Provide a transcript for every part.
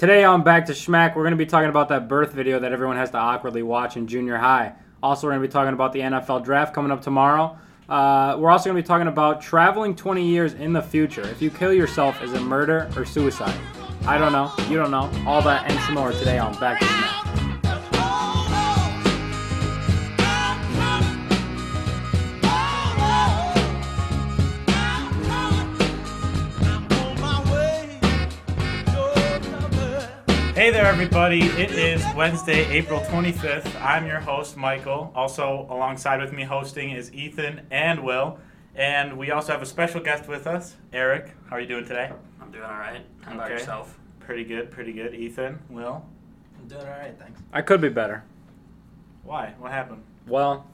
Today on Back to Schmack, we're going to be talking about that birth video that everyone has to awkwardly watch in junior high. Also, we're going to be talking about the NFL draft coming up tomorrow. Uh, we're also going to be talking about traveling 20 years in the future. If you kill yourself, is it murder or suicide? I don't know. You don't know. All that and some more today on Back to Schmack. Hey there, everybody. It is Wednesday, April 25th. I'm your host, Michael. Also, alongside with me hosting is Ethan and Will. And we also have a special guest with us, Eric. How are you doing today? I'm doing all right. How about Okay. yourself? Pretty good, pretty good. Ethan, Will, I'm doing all right, thanks. I could be better. why? What happened? Well,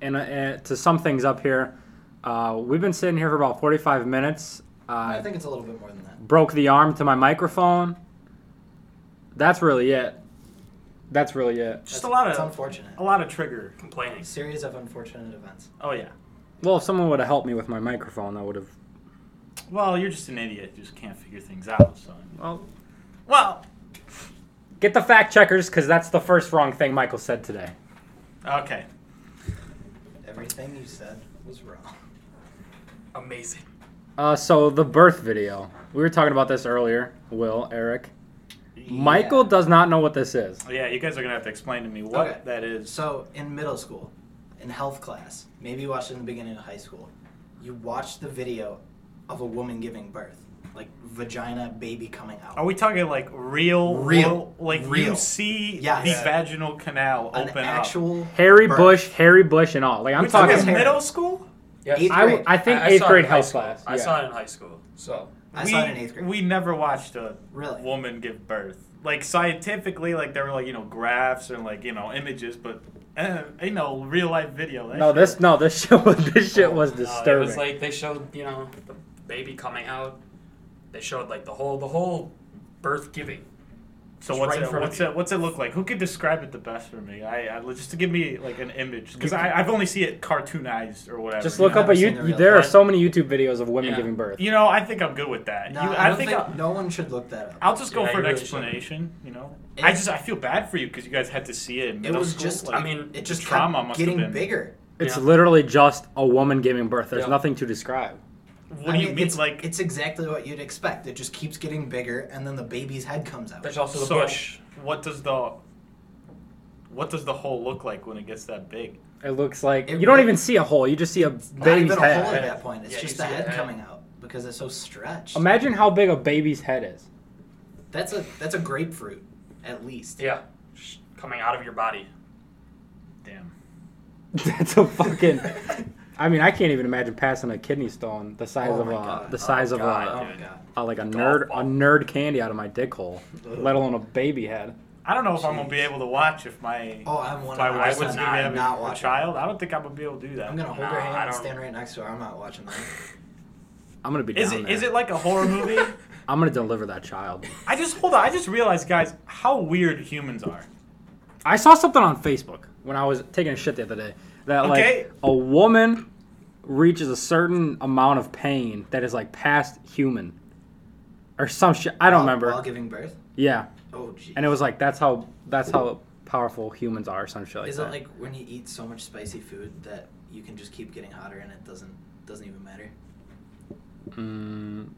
and uh, uh, to sum things up here, uh, we've been sitting here for about 45 minutes. Uh, I think it's a little bit more than that. broke the arm to my microphone. That's really it. That's really it. Just That's- a lot It's of unfortunate. a lot of trigger. Complaining. series of unfortunate events. Oh yeah. Well, if someone would have helped me with my microphone, that would have. Well, you're just an idiot. You just can't figure things out. So. Well, Well. get the fact checkers because that's the first wrong thing Michael said today. Okay. Everything you said was wrong. Amazing. Uh, so the birth video. We were talking about this earlier. Will, Eric, Michael does not know what this is. Yeah, you guys are gonna have to explain to me what Okay. that is. So, in middle school, in health class, maybe you watched it in the beginning of high school, you watched the video of a woman giving birth, like vagina, baby coming out. Are we talking like real, Real. like you Real. see Yes. the Yeah. vaginal canal An open up? actual Harry birth. Bush, Harry Bush, and all. Like I'm We talking talking. Harry. middle school? Eighth I, grade. I think I- I eighth saw it grade in high health school. class. I yeah. saw it in high school. So I we, saw it in eighth grade. We never watched a Really? woman give birth. Like scientifically, like there were like you know graphs and like you know images, but uh, you know real life video. that No, shit- this no, this shit was this shit was No, Uh, it disturbing. was like they showed, you know, the baby coming out. They showed like the whole the whole birth giving. So It's what's right in it? front of What's you. it? What's it look like? Who could describe it the best for me? I, I just to give me like an image because I I've only seen it cartoonized or whatever. Just you look know? up a I've seen the you. real There are thing. so many YouTube videos of women Yeah. giving birth. You know, I think I'm good with that. No, you, I, I, don't think, think, I'll, no one should look that up. I'll just go Yeah, for an you really explanation. You know, I It- just I feel bad for you because you guys had to see it. In It middle was school, just, like, I mean, it the just trauma kept must have getting been- bigger. It's Yeah. literally just a woman giving birth. There's Yeah. nothing to describe. What I do you mean? It's Like it's exactly what you'd expect. It just keeps getting bigger, and then the baby's head comes out. There's also the so bush. What does the what does the hole look like when it gets that big? It looks like It you don't really- even see a hole. You just see a Not baby's even a hole at head. that point. It's Yeah, you just the see head it, right? coming out because it's so stretched. Imagine how big a baby's head is. that's a that's a grapefruit, at least. Yeah. Sh- Coming out of your body. Damn. That's a fucking. I mean, I can't even imagine passing a kidney stone the size Oh of my a God. the Oh size of God, Oh a, my Dude. god. a like a Golf nerd ball. a nerd candy out of my dick hole, Ugh. let alone a baby head. I don't know if I'm gonna be Jeez. able to watch if my Oh, I'm one. my I wife would was not- gonna have not a watch it. child. I don't think I'm gonna be able to do that. I'm gonna hold her Nah, I hand and don't- stand right next to her. I'm not watching that. I'm gonna be down Is it there. is it like a horror movie? I'm gonna deliver that child. I just hold on. I just realized, guys, how weird humans are. I saw something on Facebook when I was taking a shit the other day that Okay. like a woman reaches a certain amount of pain that is like past human or some shit. I don't While- remember. While giving birth. yeah, Oh, geez. and it was like that's how that's how powerful humans are. or Some shit like Is that. it like when you eat so much spicy food that you can just keep getting hotter and it doesn't doesn't even matter? Mm,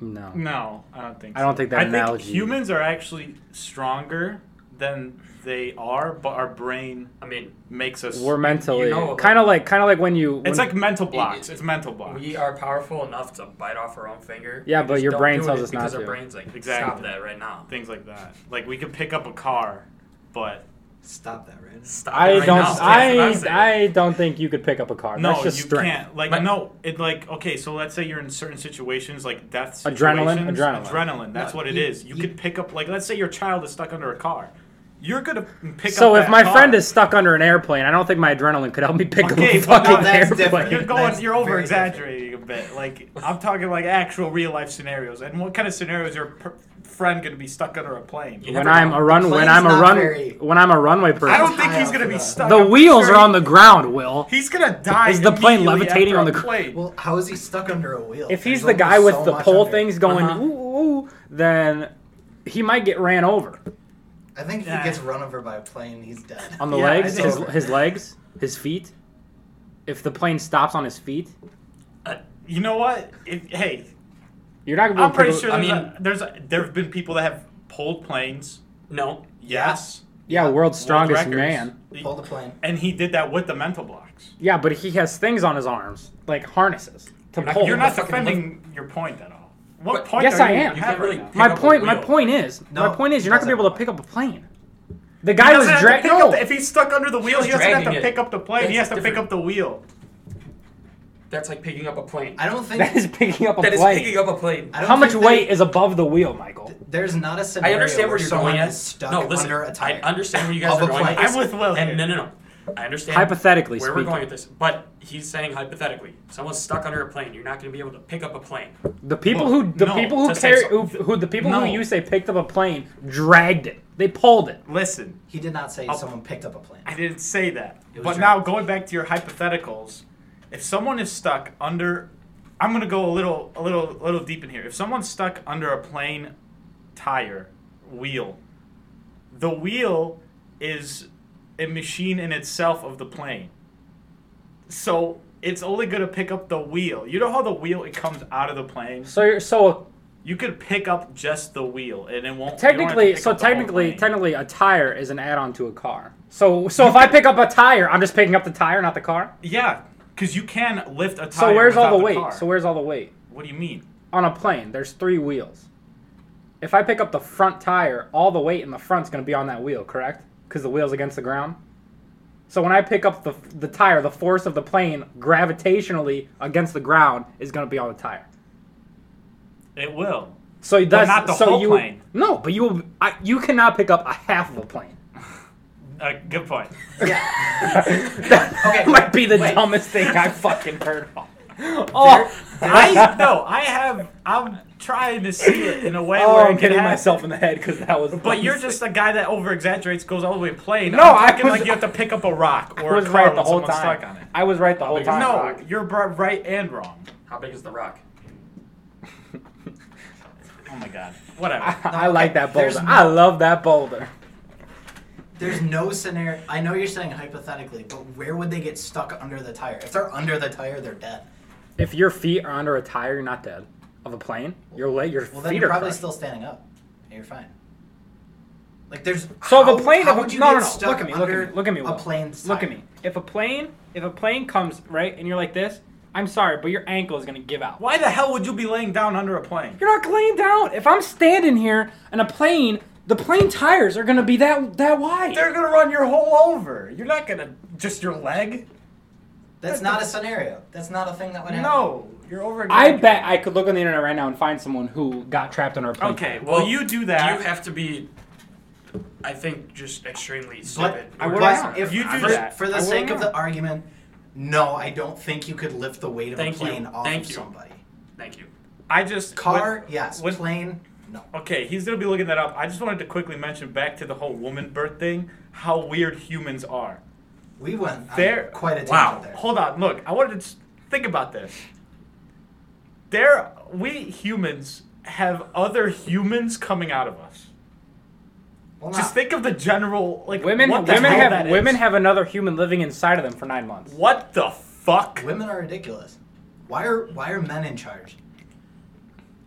no. No, I don't think. I so. don't think that I think analogy- humans are actually stronger than they are, but our brain I mean, makes us. We're mentally know- kind of like kind of like when you. It's when- like mental blocks. it- It's mental blocks. we are powerful enough to bite off our own finger. Yeah, We but just your don't brain do tells it us because not our to. brain's like Exactly. stop that right now. Things like that. Like we could pick up a car, but Stop that, right? Stop I it right don't. now. That's what I'm I saying. I don't think you could pick up a car. no, That's just you strength. can't. Like But- no, it like okay. So let's say you're in certain situations, like death Adrenaline? situations. Adrenaline. That's No, what it you- is. You, you- could pick up like let's say your child is stuck under a car. You're gonna pick up. So if that my car. friend is stuck under an airplane, I don't think my adrenaline could help me pick Okay, up a but now fucking that's airplane. different. You're going. That's you're very over exaggerating a bit. Like I'm talking like actual real life scenarios. And what kind of scenarios is your per- friend going to be stuck under a plane? You When never I'm know. a run, when Plane's I'm a not run, very- when I'm a runway I don't person, think High he's up going to for be that. stuck. the I'm wheels sure are on the ground. Will He's going to die. Is the plane immediately levitating after on a the gr- plane. Well, how is he stuck under a wheel? if he's There's the guy only with so the much pole under it. things going Uh-huh. ooh, ooh, ooh, then he might get ran over I think if Yeah. he gets run over by a plane, he's dead. on the Yeah, I legs, think- his, his legs, his feet. If the plane stops on his feet, Uh, you know what? If, hey, you're not gonna. be I'm able to pretty pick sure. up- I There's mean- a, there's a, there have been people that have pulled planes. No. Yes, yeah, world's strongest World records. man. Pull the plane. And he did that with the mental blocks. Yeah, but he has things on his arms, like harnesses to You're not- pull. You're not fucking defending your point at all. What But- point? Yes, are I you am. You You can't have right really- now? my pick up a point. My wheel. point is. No, my point is, you're not gonna be doesn't. able to pick up a plane. The guy He was doesn't have to dragged. pick up No, the- if he's stuck under the wheel, He's he doesn't have to dragging it. pick up the plane. he has That's to pick different. up the wheel. That's like picking up a plane. I don't think that is picking up a That is plane. picking up a plane. I don't How much think they- weight is above the wheel, Michael? There's not a I scenario understand where where you're someone going. At. is stuck no, listen, under a tire. I understand where you guys Of a are going. plane. At this, I'm with Will And here. no, no, no. I understand. Hypothetically where speaking, we're going with this, but he's saying hypothetically, someone's stuck under a plane. You're not going to be able to pick up a plane. the people Well, who the Oh, no, people who to say carry who, so- who the people No. who you say picked up a plane dragged it. They pulled it. Listen, he did not say Oh. I'll- someone picked up a plane. I didn't say that. It was But your- now going back to your hypotheticals, if someone is stuck under, I'm gonna go a little, a little, a little deep in here. If someone's stuck under a plane tire wheel, the wheel is a machine in itself of the plane. So it's only gonna pick up the wheel. You know how the wheel it comes out of the plane. So you're, so a You could pick up just the wheel, and it won't. you don't have to Technically, pick so up the whole technically, plane. technically, a tire is an add-on to a car. So, so if I pick up a tire, I'm just picking up the tire, not the car. yeah, because you can lift a tire. So where's all without the weight? car. So where's all the weight What do you mean? on a plane? There's three wheels. If I pick up the front tire, all the weight in the front's going to be on that wheel, correct? Because the wheel's against the ground. So when I pick up the the tire, the force of the plane gravitationally against the ground is going to be on the tire. It will. So that's not the so whole you plane. no, but you will, I, you cannot pick up a half of a plane. Uh, good point. that Okay, might be the wait. dumbest thing I fucking heard of. Oh, I no, I have. I'm trying to see it in a way oh where I'm it can hitting happen. myself in the head because that was. But you're just a guy that over exaggerates, goes all the way plain. No, I'm I talking was- like you have to pick up a rock I or was a car right the when whole someone's time. stuck on it. I was right the whole time. no, Rock. you're br- right and wrong. How big is the rock? Oh my god. Whatever. I, I like that There's boulder. I no- love that boulder. There's no scenario. I know you're saying hypothetically, but where would they get stuck under the tire? If they're under the tire, they're dead. If your feet are under a tire, you're not dead. Of a plane, your leg, your Well, then feet you're are probably crushed. still standing up, and you're fine. Like there's So how, if a plane, how if a, would you no, get no, no, stuck look at me, look at under me, look at me, A Will. plane's Look at tire? me. If a plane, if a plane comes right, and you're like this, I'm sorry, but your ankle is gonna give out. Why the hell would you be laying down under a plane? You're not laying down. If I'm standing here and a plane, the plane tires are gonna be that that wide. They're gonna run your whole over. You're not gonna just your leg. That's not a scenario. That's not a thing that would happen. No, you're over. I bet I could look on the internet right now and find someone who got trapped on our plane. Okay, well, you do that. You have to be, I think, just extremely But, stupid. I We're would but just- not. if You do for, that. for I the will sake not. of the argument, no, I don't think you could lift the weight of Thank a you. plane off Thank of you. somebody. Thank you. I just Car, when- yes. when- plane, no. Okay, he's gonna be looking that up. I just wanted to quickly mention back to the whole woman birth thing, how weird humans are. We went on There- quite a tangent wow. there. Hold on, look, I wanted to s- think about this. There, we humans have other humans coming out of us. Well, Just nah. think of the general like Women, What the women hell have that is. women have another human living inside of them for nine months. What the fuck? Women are ridiculous. Why are why are men in charge?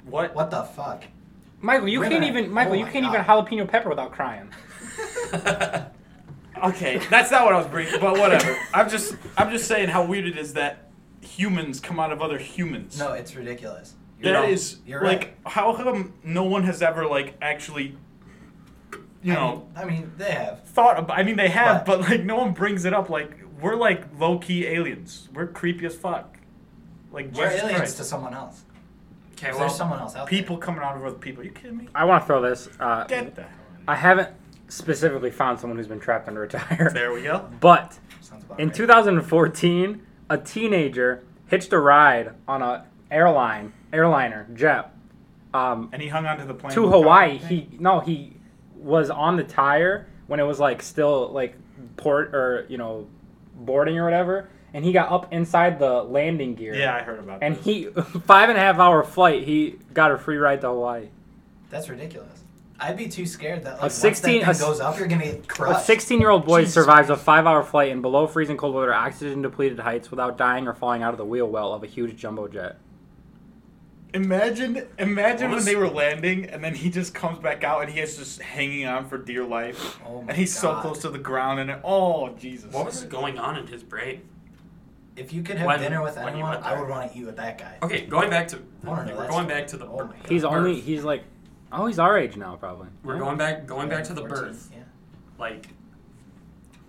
What? What the fuck? Michael, you Women can't are- even Michael, oh you my can't even God. jalapeno pepper without crying. Okay, that's not what I was bringing, but whatever. I'm just I'm just saying how weird it is that humans come out of other humans. No, it's ridiculous. You're That right. is You're like right. how come no one has ever like actually you know I mean, I mean, they have. thought about I mean they have But- but like no one brings it up like we're like low key aliens. We're creepy as fuck. Like We're Jesus aliens Christ. to someone else. Okay, well, There's someone else out people coming out of other people. you kidding me? I want to throw this. Uh, Get the hell out of I haven't specifically found someone who's been trapped under a tire, here. There we go. but there. Sounds about in right. 2014, a teenager hitched a ride on a airline airliner jet. Um, And he hung onto the plane. to with Tom. Hawaii. He no, he was on the tire when it was like still like port or you know boarding or whatever, and he got up inside the landing gear. Yeah, I heard about And this. he five and a half hour flight. He got a free ride to Hawaii. That's ridiculous. I'd be too scared that like A once 16 that a thing goes up, you're gonna get A crushed. 16 year old boy Jesus survives a five hour flight in below freezing cold weather, oxygen depleted heights without dying or falling out of the wheel well of a huge jumbo jet. Imagine, imagine when Honest- they were landing, and then he just comes back out, and he is just hanging on for dear life, Oh my and he's so God. close to the ground, and it, oh Jesus! What was going on in his brain? If you could have When- dinner with when you anyone, went I there. would want to eat with that guy. Okay, going back to I wanna know we're that going story. back to the Oh my God. He's Birth. only, he's like, oh, he's our age now, probably. we're going back going back to the 14, birth. Yeah. Like,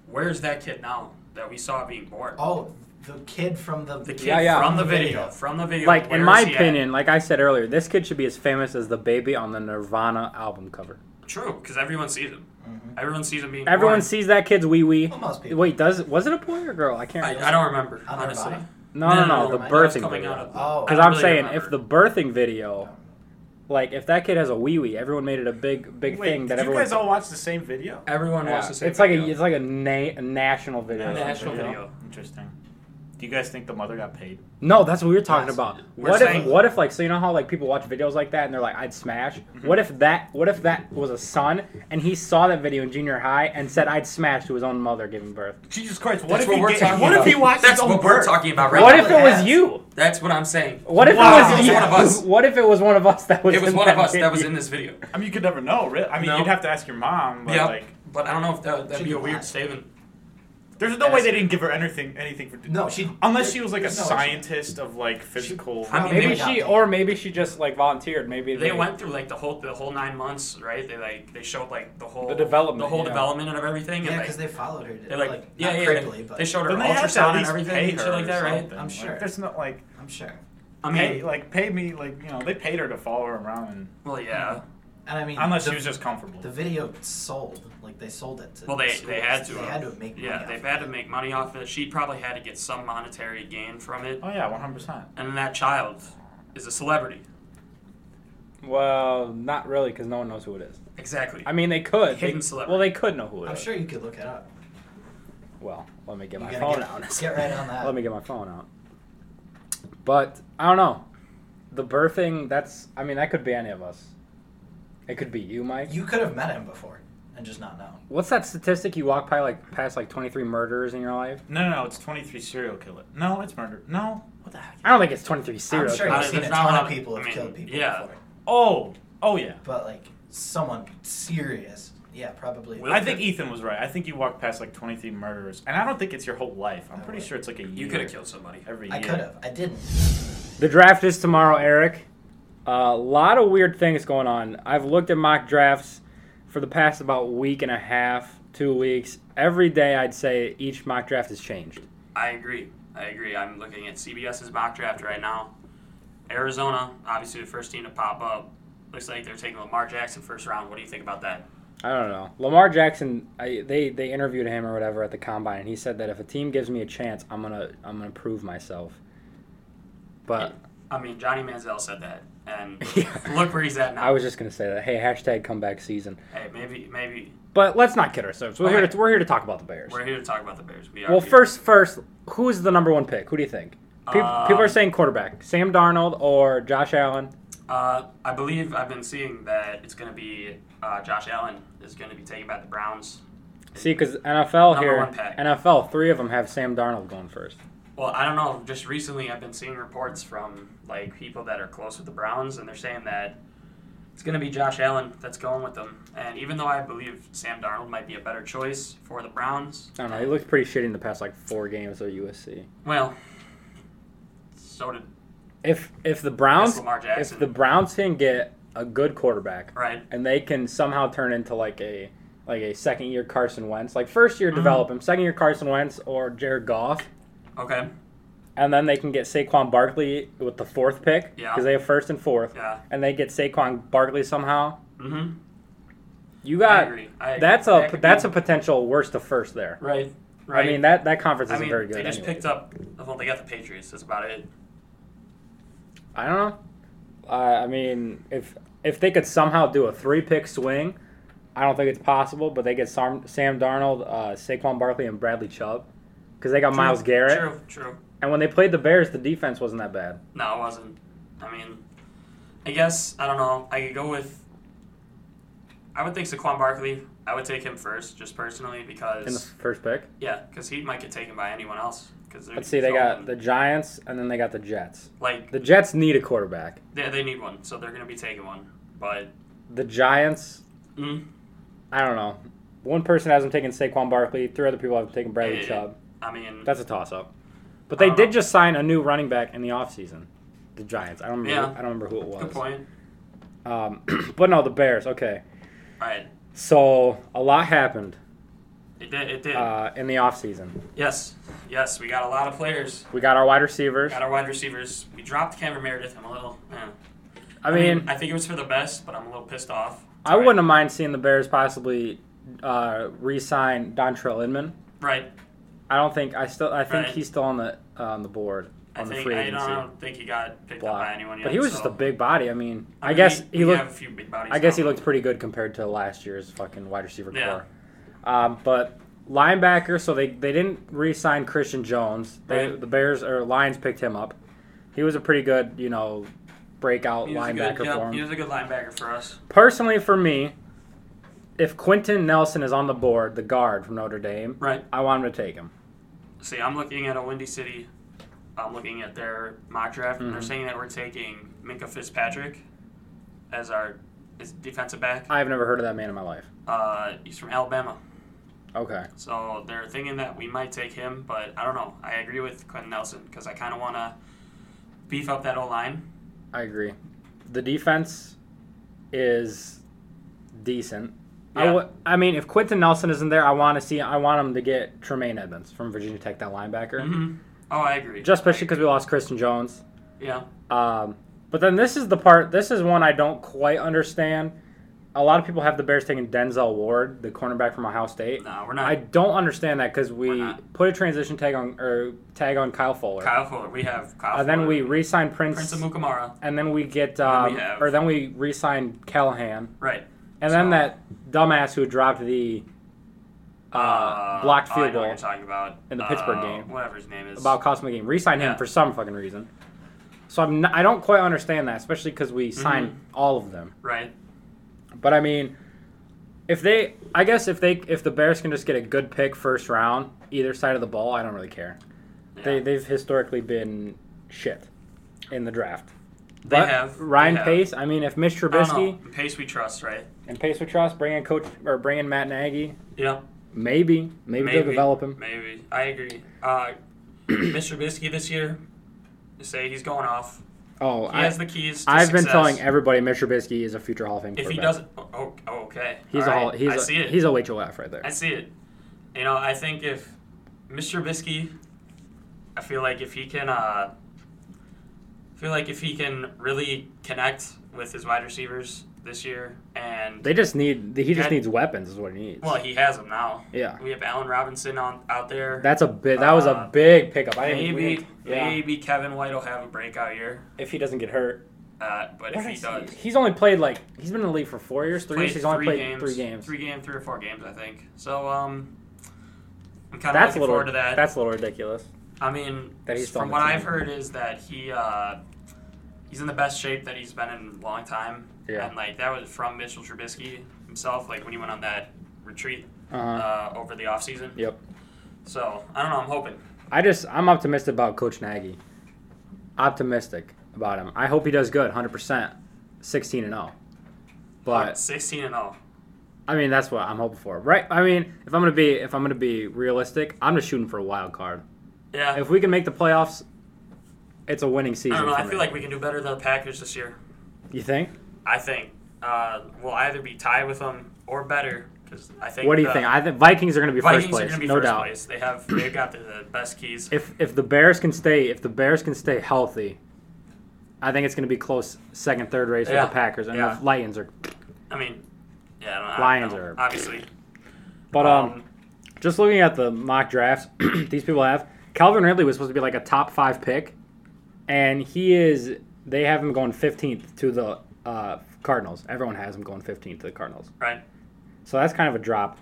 where's that kid now that we saw being born? Oh, the kid from the The kid Yeah, yeah. from the video, from the video. Like, in where's my he at? opinion, like I said earlier, this kid should be as famous as the baby on the Nirvana album cover. true, because everyone sees him. mm-hmm. Everyone sees him being Everyone born. sees that kid's wee wee. Well, most people. Wait, does was it a boy or girl? I can't. I, remember. I don't remember On honestly. Nirvana? no, no, no, the no, no, that's birthing coming video. out of the- Oh. I Because don't I'm really saying remember. if the birthing video, like if that kid has a wee wee, everyone made it a big big Wait, thing did that you everyone. guys all watch the same video? everyone Yeah. wants to see. It's like a it's like a, na- a national video. A national video. Interesting. Do you guys think the mother got paid? No, that's what we were talking Yes. about. We're what if saying- what if like so you know how like people watch videos like that and they're like I'd smash. Mm-hmm. What if that what if that was a son and he saw that video in junior high and said I'd smash to his own mother giving birth. Jesus Christ! What That's if what he we're ga- talking What about. if he watched That's his own what we're birth? talking about right what now. if it was Yes. you? That's what I'm saying. What if Wow. it was It was you? one of us. What if it was one of us that was It was in one that of us that was video? in this video. I mean, you could never know. Really. I mean, No. you'd have to ask your mom. But Yeah, like, but I don't know if that, that'd She be a could weird laugh. statement. there's no way Ask- they didn't give her anything. Anything for No, she. unless she was like a no, she- scientist of like physical. I mean, Maybe They she got- or maybe she just like volunteered. Maybe They went through like the whole the whole nine months, right? They like they showed like the whole The development, the whole yeah. development and everything, Yeah, and because like they followed her. To, they like, like, yeah not yeah, critically, yeah. but they showed her Then they had to at ultrasound and least everything pay and her shit like or that, right? something. I'm Like, sure. there's not like I'm sure. I mean, pay like pay me like you know they paid her to follow her around and well, yeah. And I mean, unless the, she was just comfortable. the video sold. Like they sold it to. Well, they, schools. they had to. They had to make. Yeah, money they've off had of to it. make money off of it. She probably had to get some monetary gain from it, oh yeah, one hundred percent. and then that child is a celebrity. Well, not really, because no one knows who it is. Exactly. I mean, they could. Hidden They- celebrity. well, they could know who it is. I'm sure you could look it up. Well, let me get You my gotta phone get- out. get right on that. let me get my phone out. But I don't know. The birthing. That's. I mean, that could be any of us. It could be you, Mike. You could have met him before and just not known. What's that statistic? You walk by like past like 23 murders in your life. No, no, no, it's twenty three serial killer. No, it's murder. No, what the heck? I don't think it's 23 serial. I'm sure killers. you've killers. seen a There's not a ton lot of of- people I have mean, killed people yeah. before, Oh, oh yeah. but like someone serious, yeah, probably. Will- I think Ethan was right. I think you walk past like twenty three murderers, and I don't think it's your whole life. I'm pretty sure it's like a year. you could have killed somebody. every year. I could have. I didn't. The draft is tomorrow, Eric. A lot of weird things going on. I've looked at mock drafts for the past about week and a half, two weeks. Every day, I'd say each mock draft has changed. I agree. I agree. I'm looking at CBS's mock draft right now. Arizona, obviously the first team to pop up. Looks like they're taking Lamar Jackson first round. What do you think about that? I don't know. Lamar Jackson, I, they they interviewed him or whatever at the combine, and he said that if a team gives me a chance, I'm gonna I'm gonna prove myself. But I mean, Johnny Manziel said that, and Yeah. look where he's at now. I was just gonna say that. Hey, hashtag comeback season. hey, maybe, maybe But let's not kid ourselves. We're here Alright. to, we're here to talk about the Bears. we're here to talk about the Bears. We are Well, here. first, first, who's the number one pick? Who do you think? People, Um, people are saying quarterback, Sam Darnold or Josh Allen. uh, I believe I've been seeing that it's going to be uh, Josh Allen is going to be taken by the Browns. See, because NFL Number here, one pick. NFL three of them have Sam Darnold going first. Well, I don't know. Just recently, I've been seeing reports from like people that are close with the Browns, and they're saying that it's going to be Josh Allen that's going with them. And even though I believe Sam Darnold might be a better choice for the Browns, I don't know. He looked pretty shitty in the past like four games at USC. well, so did If if the Browns, Lamar if Jackson. the Browns can get a good quarterback, right. and they can somehow turn into like a like a second year Carson Wentz, like first Mm-hmm. year develop him, second year Carson Wentz or Jared Goff, Okay. and then they can get Saquon Barkley with the fourth pick Yeah. because they have first and fourth, Yeah. and they get Saquon Barkley somehow. Mm-hmm. You I got agree. I agree. that's That a could that's be- a potential worst to first there. right. Right. I mean that that conference I isn't mean, very good. they just anyway. picked up. Well, they got the Patriots. That's about it. I don't know. Uh, I mean, if if they could somehow do a three pick swing, I don't think it's possible. But they get Sam, Sam Darnold, uh, Saquon Barkley, and Bradley Chubb because they got Miles Garrett. True. True. And when they played the Bears, the defense wasn't that bad. No, it wasn't. I mean, I guess I don't know. I could go with I would think Saquon Barkley. I would take him first, just personally, because in the first pick. yeah, because he might get taken by anyone else. Because Let's see, they got the Giants and then they got the Jets. like The Jets need a quarterback. they, they need one, so they're gonna be taking one. But The Giants, mm, I don't know. One person hasn't taken Saquon Barkley. Three other people have taken Bradley Yeah. Chubb. I mean, That's a toss-up. But I they don't did know. just sign a new running back in the offseason. The Giants. I don't remember. Yeah. I don't remember who it was. good point. Um, but no, the Bears. Okay. All right, So a lot happened it did. It did. uh, in the offseason. yes, yes, we got a lot of players. We got our wide receivers. Got our wide receivers. We dropped Cameron Meredith. I'm a little. eh. I mean, I think it was for the best, but I'm a little pissed off. I wouldn't mind seeing the Bears possibly uh, re-sign Dontrell Inman. Right. I don't think I still. I think Right. he's still on the uh, on the board I on the think free I agency don't think he got picked up by block. anyone yet. But he was so- just a big body. I mean, I, mean, guess he we- we looked. have a few big bodies I guess he now. looked pretty good compared to last year's fucking wide receiver Yeah. core. Um, but linebacker, so they, they didn't re-sign Christian Jones. They, Right. The Bears or Lions picked him up. He was a pretty good, you know, breakout He was a good- linebacker yep, for him. He was a good linebacker for us. Personally, for me, if Quentin Nelson is on the board, the guard from Notre Dame, Right. I want him to take him. See, I'm looking at a Windy City. I'm looking at their mock draft, and they're Mhm. saying that we're taking Minka Fitzpatrick as our as defensive back. I've never heard of that man in my life. Uh, he's from Alabama, Okay. so they're thinking that we might take him. But I don't know. I agree with Quentin Nelson because I kind of want to beef up that O line. I agree. The defense is decent. I Yeah. would- I mean, if Quinton Nelson isn't there, I want to see. I want him to get Tremaine Edmonds from Virginia Tech, that linebacker. hmm Oh, I agree. Just especially because we lost Christian Jones. yeah. Um, but then this is the part. This is one I don't quite understand. A lot of people have the Bears taking Denzel Ward, the cornerback from Ohio State. No, we're not. I don't understand that because Why we not? put a transition tag on or tag on Kyle Fuller, Kyle Fuller. We have Kyle. and then Fuller, we re-sign Prince of Mukamara. and then we get then um, we have- or then we re-signed Callahan, Right. and then So- that dumbass who dropped the uh, blocked oh, I field know what goal you're talking about in the Uh, Pittsburgh game. Whatever his name is. about cost me a game. Re-signed Yeah. him for some fucking reason. So I'm not, I don't quite understand that, especially because we Mm-hmm. signed all of them. right. But I mean, if they, I guess if they, if the Bears can just get a good pick first round, either side of the ball, I don't really care. Yeah. They they've historically been shit in the draft. They But have- Ryan they have. Pace. I mean, if Mitch I don't know. Trubisky. Pace we trust, right? And Pace with Trust, bring in coach or bring in Matt Nagy. Yeah. Maybe, maybe, they'll develop him. Maybe. I agree. Uh, Mr. Trubisky this year, they say he's going off. Oh, He I, has the keys. To I've been success. telling everybody Mitch Trubisky is a future Hall of Fame. If he quarterback. doesn't, oh, oh, okay. he's All a Hall. right. He's I a, see it. He's a HOF right there. I see it. You know, I think if Mr. Trubisky, I feel like if he can, uh, I feel like if he can really connect with his wide receivers this year, and they just need. He just That- needs weapons. Is what he needs. well, he has them now. yeah, We have Allen Robinson on out there. that's a big. That was Uh, a big pickup. I didn't- we maybe didn't- yeah. maybe Kevin White will have a breakout year, if he doesn't get hurt. uh, but if What he is does, he's only played like he's been in the league for four years, three years. He's only played games, three games. three game, three or four games, I think. So um, I'm kind of That's looking a little. forward to that. That's a little ridiculous. I mean, That he's still from on the what team. I've heard is that he uh, he's in the best shape that he's been in a long time. Yeah. And like that was from Mitchell Trubisky himself, like when he went on that retreat Uh, uh, over the off season. yep. So I don't know. I'm hoping. I just I'm optimistic about Coach Nagy. Optimistic about him. I hope he does good, 100%, 16 and 0. But 16 and 0. I mean, that's what I'm hoping for, right? I mean, if I'm gonna be if I'm gonna be realistic, I'm just shooting for a wild card. Yeah. If we can make the playoffs, it's a winning season. I don't know. for I me. feel like we can do better than the Packers this year. you think. I think uh, we'll either be tied with them or better because I think. What do you the think? I think Vikings are gonna be uh, Vikings first are place, going to be no first doubt. place. They have they've got the, the best keys. If if the Bears can stay if the Bears can stay healthy, I think it's gonna be close second third race Yeah. with the Packers and Yeah. the Lions are. I mean, yeah. I don't, I don't Lions know, are- obviously. But um Just looking at the mock drafts these people have, Calvin Ridley was supposed to be like a top five pick, and he is. They have him going 15th to the uh, Cardinals. Everyone has him going 15th to the Cardinals. right. So that's kind of a drop.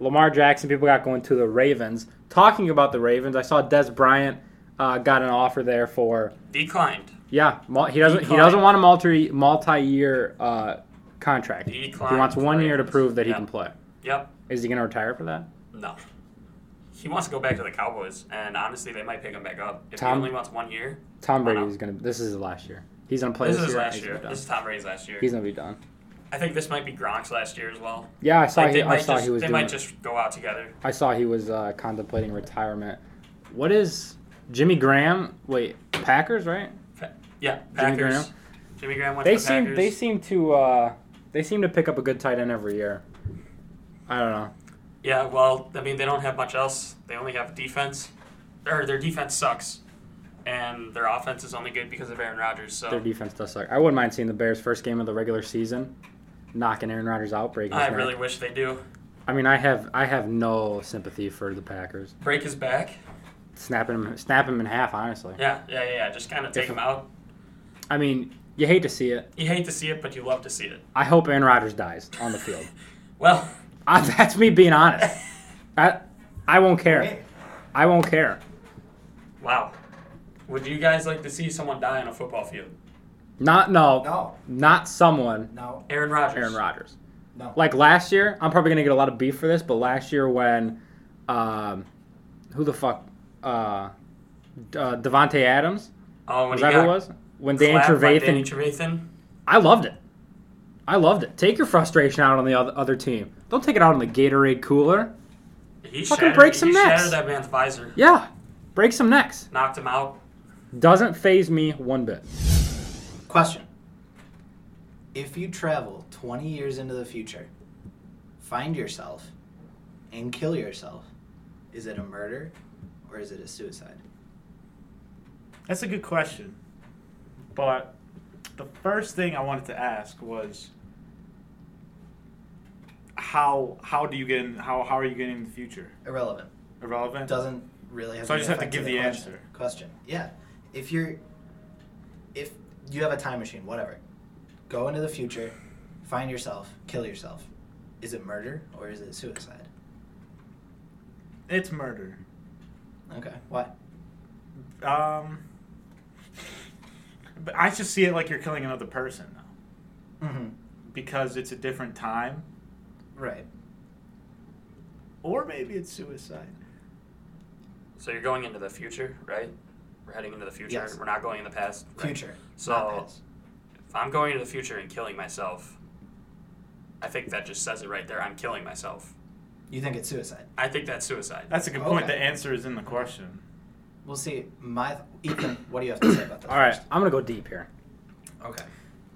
Lamar Jackson, people got going to the Ravens. Talking about the Ravens, I saw Des Bryant uh, got an offer there for Declined. yeah. Mul- he doesn't he Decline. doesn't want a multi multi year uh, contract. He He, declined wants one play. year to prove that he Yeah. can play. Yep. Is he going to retire for that? No. He wants to go back to the Cowboys, and honestly, they might pick him back up. If Tom- he only wants one year, Tom Why Brady not? is going to. This is his last year. He's going to play this this, is his year. last he's year. gonna be done. This is Tom Brady's last year. He's going to be done. I think this might be Gronk's last year as well. Yeah, I saw. Like, he, they I might saw just, he was. They doing might just go out together. I saw he was uh, contemplating retirement. What is Jimmy Graham? Wait, Packers, right? Pa- Yeah, Jimmy Packers. Jimmy Graham went They to the seem Packers. they seem to uh, they seem to pick up a good tight end every year. I don't know. Yeah, well, I mean, they don't have much else. They only have defense, or their defense sucks, and their offense is only good because of Aaron Rodgers. Their So defense does suck. I wouldn't mind seeing the Bears' first game of the regular season, knocking Aaron Rodgers out, breaking. His I neck. really wish they do I mean, I have I have no sympathy for the Packers. break his back. Snapping him, snap him in half. Honestly, Yeah, yeah, yeah. yeah. Just kind of take If- him out. I mean, you hate to see it. You hate to see it, but you love to see it. I hope Aaron Rodgers dies on the field. Well, I, that's me being honest. I, I won't care. I won't care. wow. Would you guys like to see someone die on a football field? Not no, No, not someone. no, Aaron Rodgers. Aaron Rodgers. no. Like last year, I'm probably gonna get a lot of beef for this, but last year when, um, who the fuck, uh, D- uh Devonte Adams Oh, when was he that got who it was? When Dan clapped by Danny Trevathan, Trevathan. I loved it. I loved it. Take your frustration out on the other, other team. Don't take it out on the Gatorade cooler. He Fucking shattered, break some he necks. shattered that man's visor. Yeah, break some necks. Knocked him out. Doesn't phase me one bit. Question. If you travel 20 years into the future, find yourself, and kill yourself, is it a murder or is it a suicide? That's a good question. But the first thing I wanted to ask was how how do you get in how how are you getting in the future? Irrelevant. Irrelevant? Doesn't really have So I any just have to effect give the the question. answer. Question. Yeah. If you're if you have a time machine, whatever. Go into the future, find yourself, kill yourself. Is it murder or is it suicide? It's murder. Okay. Why? Um But I just see it like you're killing another person though. Mm-hmm. Because it's a different time. Right. Or maybe it's suicide. So you're going into the future, right? We're heading into the future. Yes. We're not going in the past. right? Future. So- not past. If I'm going into the future and killing myself, I think that just says it right there. I'm killing myself. you think it's suicide? I think that's suicide. That's a good point. Okay. The answer is in the question. We'll see. My Ethan, what do you have to say about that? All right, I'm gonna go deep here. Okay.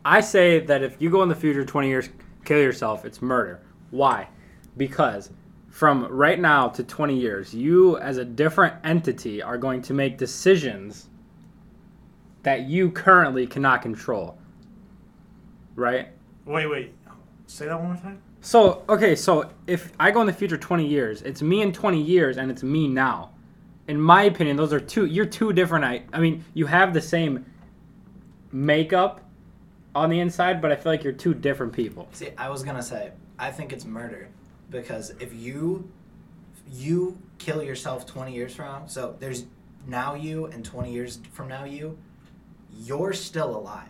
I say that if you go in the future 20 years, kill yourself, it's murder. Why? Because from right now to 20 years, you as a different entity are going to make decisions that you currently cannot control. Right? Wait, wait. Say that one more time. So, okay, so if I go in the future 20 years, it's me in 20 years and it's me now. In my opinion, those are two, you're two different. I, I mean, you have the same makeup on the inside, but I feel like you're two different people. See, I was gonna say, I think it's murder because if you you kill yourself twenty years from now, so there's now you and twenty years from now you, you're still alive.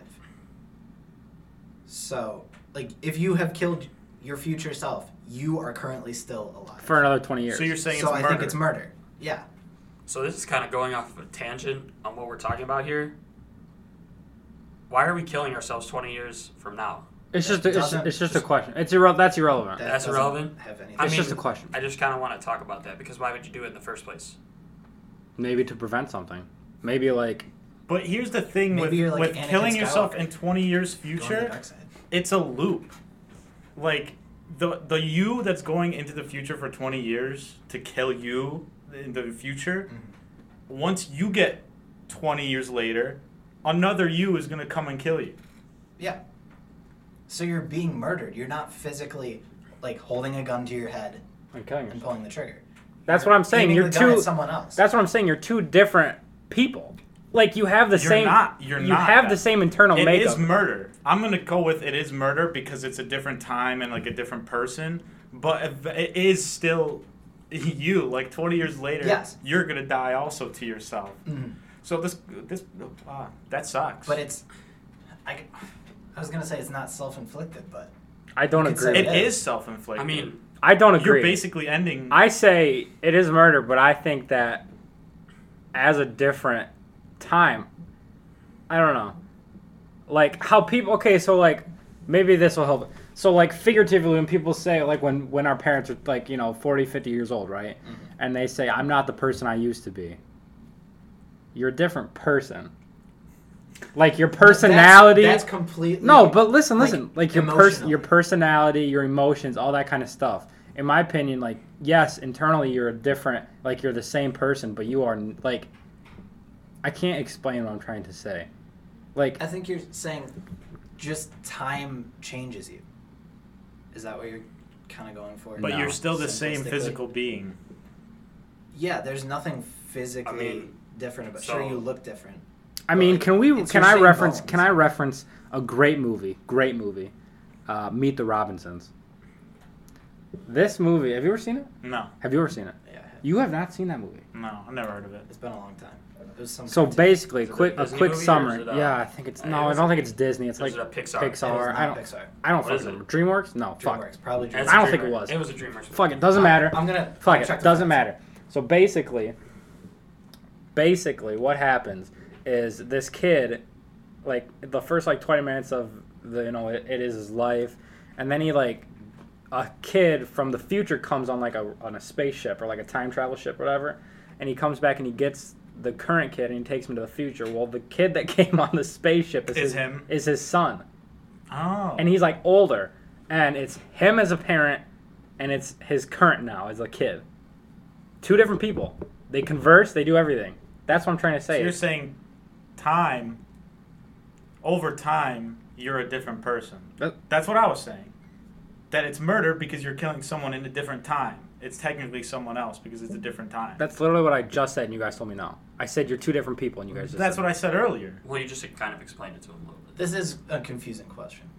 So, like, if you have killed your future self, you are currently still alive. for another 20 years. So you're saying so it's I murder. think it's murder. Yeah. so this is kind of going off of a tangent on what we're talking about here. Why are we killing ourselves 20 years from now? it's just It it's, doesn't- it's just a question. It's irre- that's irrelevant. That That's doesn't irrelevant. Have anything. I it's mean- just a question. I just kind of want to talk about that because why would you do it in the first place? Maybe to prevent something. Maybe like But here's the thing Maybe with, you're like with Anakin killing yourself Skywalker. in 20 years Go on the future, dark side. it's a loop. Like the the you that's going into the future for 20 years to kill you in the future, once you get 20 years later, another you is going to come and kill you. Yeah. So you're being murdered. You're not physically like holding a gun to your head I'm killing and yourself. pulling the trigger. That's what I'm saying. Aiming You're the gun two at someone else. That's what I'm saying. You're two different people. Like you have the You're same not- you're you not have that. the same internal It makeup. is murder. I'm gonna go with it is murder because it's a different time and like a different person, but if- it is still you. Like 20 years later, Yes. you're gonna die also to yourself. Mhm. So this this ah, that sucks. But it's, I, I was gonna say it's not self-inflicted, but I don't You could say agree. It Yeah. is self-inflated. I mean, I don't agree. you're basically ending. I say it is murder, but I think that as a different time, I don't know. Like how people okay, so like maybe this will help. So like figuratively when people say like when when our parents are like, you know, 40, 50 years old, right? Mm-hmm. And they say I'm not the person I used to be. You're a different person. Like your personality That's, that's completely. no, but listen, like, listen. Like, your person, emotionally. your personality, your emotions, all that kind of stuff. In my opinion, like yes, internally you're a different. Like you're the same person, but you are n- like. I can't explain what I'm trying to say. Like I think you're saying just time changes you. Is that what you're kind of going for? but No. you're still the same Simplistically. physical being. Yeah, there's nothing physically mean, different about. so- sure, you look different. I mean, like, can we? it's Can your I same reference? bones. Can I reference a great movie? Great movie. Uh, Meet the Robinsons. This movie. Have you ever seen it? No, Have you ever seen it? Yeah, You have not seen that movie. no, I've never heard of it. it's been a long time. It was some So cartoon. basically, Is it a quick a Disney quick movie or is summary. it, uh, yeah, I think it's uh, no. I is don't it- think it's Disney. It's or like is it a Pixar? It Pixar. was not I don't. Pixar. I don't What is fucking remember. DreamWorks? No, fuck. DreamWorks, probably it's DreamWorks. a I don't think dreamer. it was. It was a dreamer. Fuck it. Doesn't matter. I'm gonna Fuck I'll it. check the Doesn't facts. matter. So basically, basically, what happens is this kid, like the first like twenty minutes of the you know it, it is his life, and then he like a kid from the future comes on like a on a spaceship or like a time travel ship, whatever, and he comes back and he gets the current kid and he takes him to the future. Well, the kid that came on the spaceship is, Is his, him. is his son Oh, and he's like older and it's him as a parent and it's his current now as a kid two different people they converse they do everything that's what i'm trying to so say you're saying time over time you're a different person. Uh, That's what I was saying. That it's murder because you're killing someone in a different time. It's technically someone else because it's a different time. that's literally what i just said and you guys told me no i said you're two different people and you guys just That's said, what I said earlier. Well, you just kind of explained it to him a little bit. This is a confusing question.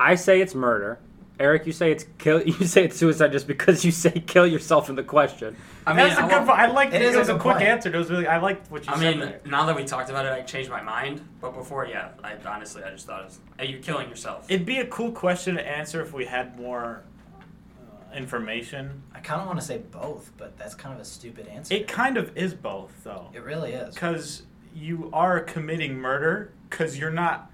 i say it's murder eric you say it's kill you say it's suicide just because you say kill yourself in the question I That's a good. won't- po- I like it. It is It a was a good quick point. answer. It was really. I liked what you I said mean, there. now that we talked about it, I changed my mind. But before, yeah, I honestly, I just thought it was, hey, you're killing yourself. It'd be a cool question to answer if we had more uh, information. I kind of want to say both, but that's kind of a stupid answer. It kind of is both, though, It really is. because you are committing murder because you're not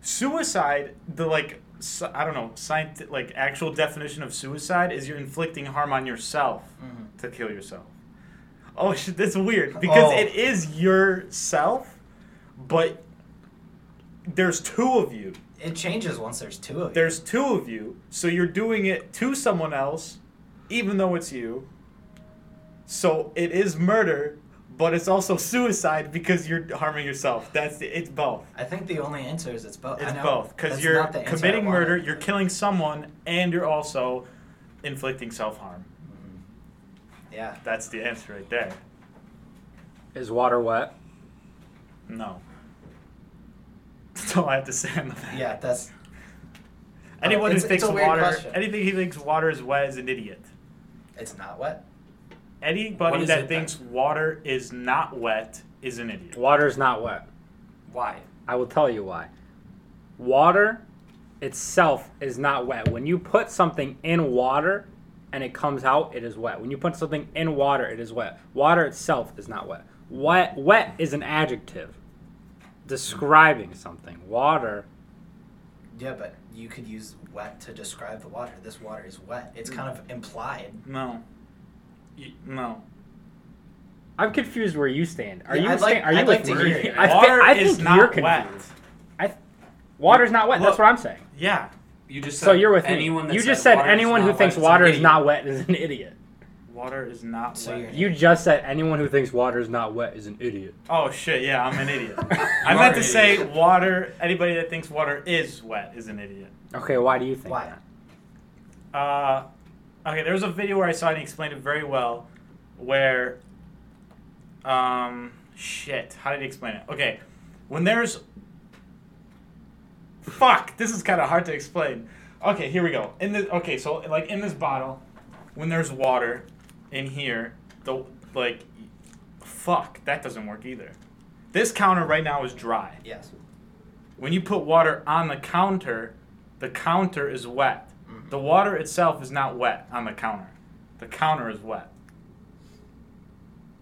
suicide. The like, s- I don't know, scientific, like actual definition of suicide is you're inflicting harm on yourself Mhm. to kill yourself. Oh shit, that's weird because Oh. it is yourself, but there's two of you. It changes once there's two of you. there's two of you, so you're doing it to someone else, even though it's you. So it is murder, but it's also suicide because you're harming yourself. That's the, it's both. I think the only answer is it's both. I It's know both because that's you're not the answer I committing wanted. murder, you're killing someone, and you're also inflicting self harm. Yeah. That's the answer right there. is water wet No. That's all I have to say on that. Yeah, that's Anyone It's- who it's thinks a weird water, question. anything he thinks water is wet is an idiot. it's not wet. What Anybody is it that then? thinks water is not wet is an idiot. water's not wet Why? I will tell you why. Water itself is not wet. When you put something in water and it comes out, it is wet. When you put something in water, it is wet. Water itself is not wet. Wet, wet is an adjective describing something. Water, Yeah, but you could use wet to describe the water. This water is wet. It's kind of implied. No. You, no. I'm confused where you stand. Are Yeah, you I'd like- stand- are you I'd with like to me? hear you. I, thi- Water I is think not you're confused. wet. I th- water's not wet. That's Look. what I'm saying. Yeah. You just said So you're with anyone me. that You just says said water is anyone not who wet thinks an water is idiot. not wet is an idiot. Water is not So wet. you're- You just said anyone who thinks water is not wet is an idiot. oh shit, yeah, I'm an idiot. I You meant are to an say idiot. water anybody that thinks water is wet is an idiot. Okay, why do you think Why? that? Uh okay, there was a video where I saw it and he explained it very well where um shit, how did he explain it? Okay. When there's fuck, this is kind of hard to explain. Okay, here we go. In this, okay, so like in this bottle, when there's water in here, the like, fuck, that doesn't work either. This counter right now is dry. Yes. When you put water on the counter, the counter is wet. Mm-hmm. The water itself is not wet on the counter. The counter is wet.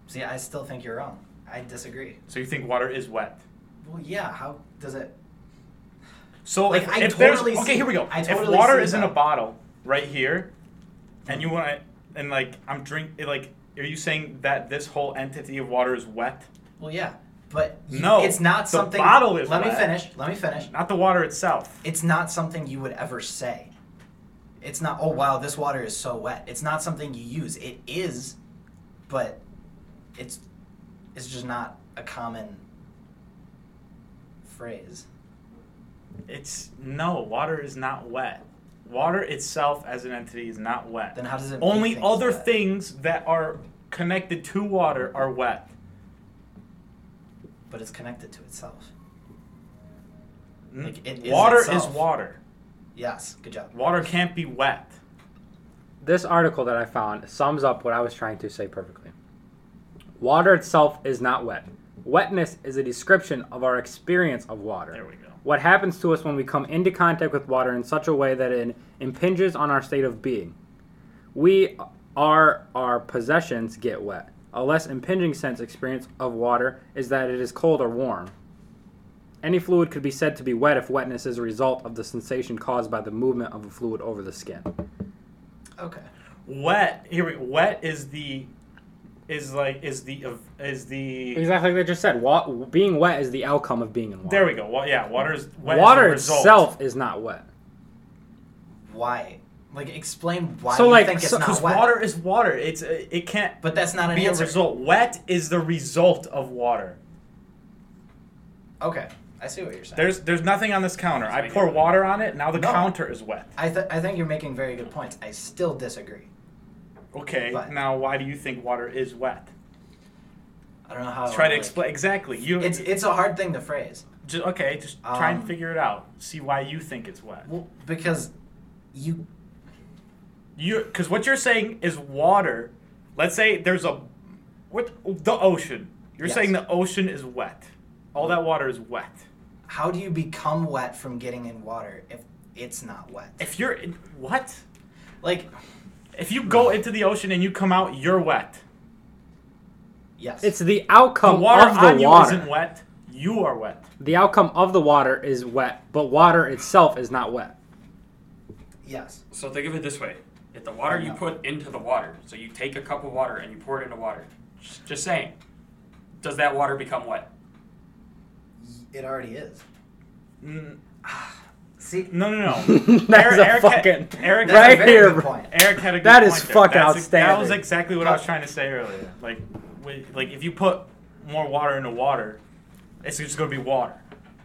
See, I still think you're wrong. I disagree. So you think water is wet? Well, yeah. How does it? So Like, if, I if there's totally okay, see- here we go. I if totally water see is in that. a bottle right here, and you want to, and like I'm drink, like are you saying that this whole entity of water is wet, Well, yeah. But you- No, it's not the something. bottle is let me wet. finish. Let me finish. not the water itself? It's not something you would ever say. It's not. Oh wow, this water is so wet. It's not something you use. It is, but it's it's just not a common phrase. It's no water is not wet. Water itself as an entity is not wet. Then how does it? make Only things other wet? things that are connected to water are wet. But it's connected to itself. Mm. Like, it is water is itself. water. Yes. Good job. Water can't be wet. This article that I found sums up what I was trying to say perfectly. Water itself is not wet. Wetness is a description of our experience of water. There we go. What happens to us when we come into contact with water in such a way that it impinges on our state of being? We are our possessions get wet. A less impinging sense experience of water is that it is cold or warm. Any fluid could be said to be wet if wetness is a result of the sensation caused by the movement of a fluid over the skin. Okay. Wet here we wet is the is like is the uh, is the Exactly like they just said. Wa- being wet is the outcome of being in water. There we go. Well, yeah, water is wet. water is the result. itself is not wet. Why? Like, explain why So, you like, think it's so- not 'Cause wet. water is water. It's uh, it can't but that's not an be a answer. result. Wet is the result of water. Okay, I see what you're saying. There's there's nothing on this counter. I Let's pour make it- water on it. Now the No. counter is wet. I, th- I think you're making very good points. I still disagree. Okay. But- Now why do you think water is wet? I don't know how. Try to like- explain exactly. You Oh, It's it's a hard thing to phrase. Ju- okay, just try and Um, figure it out. See why you think it's wet. Well, because you You because what you're saying is water. Let's say there's a what the ocean. You're Yes. saying the ocean is wet. All that water is wet. how do you become wet from getting in water if it's not wet? If you're in, what? Like If you go Hmm. into the ocean and you come out, you're wet. yes, It's the The outcome water of the on water. you isn't wet. You are wet. The outcome of the water is wet, but water itself is not wet. yes. So think of it this way: if the water you put into the water, so you take a cup of water and you pour it into water. Just- Just saying, does that water become wet? It already is. Mm, See, No, no, That's no. Eric- a Eric had- fucking Eric had a right very here. good bro. point. Eric had a good That is point there. fucking That's ex- That was outstanding. exactly what I was trying to say earlier. Like, wi- like if you put more water into water, it's just going to be water.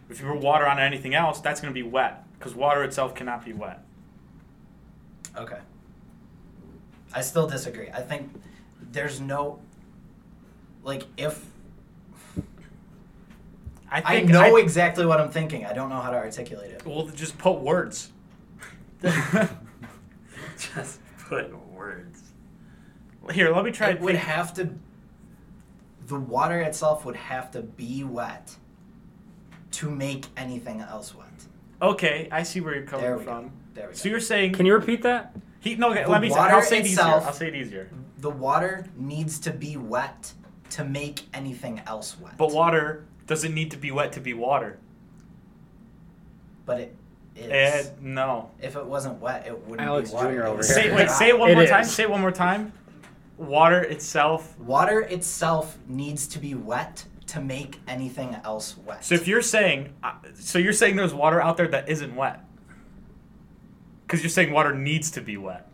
If you pour water on anything else, that's going to be wet because water itself cannot be wet. Okay. I still disagree. I think there's no like if I I think know exactly what I'm thinking. I don't know how to articulate it. Well, just put words. Just put words. Here, let me try. it to would think- have to the water itself would have to be wet to make anything else wet okay, I see where you're coming there we from. go there we So go you're saying Can you repeat that? he, no? okay, The Let me. water I'll say it easier. itself- I'll say it easier. the water needs to be wet to make anything else wet But water doesn't need to be wet to be water. but it is Eh, no. if it wasn't wet it wouldn't Alex be Jr. water It over would here. Say sit wait. out. Say it one It more time. is. Say it one more time. Water itself. water itself needs to be wet to make anything else wet So if you're saying, uh, so you're saying there's water out there that isn't wet, because you're saying water needs to be wet.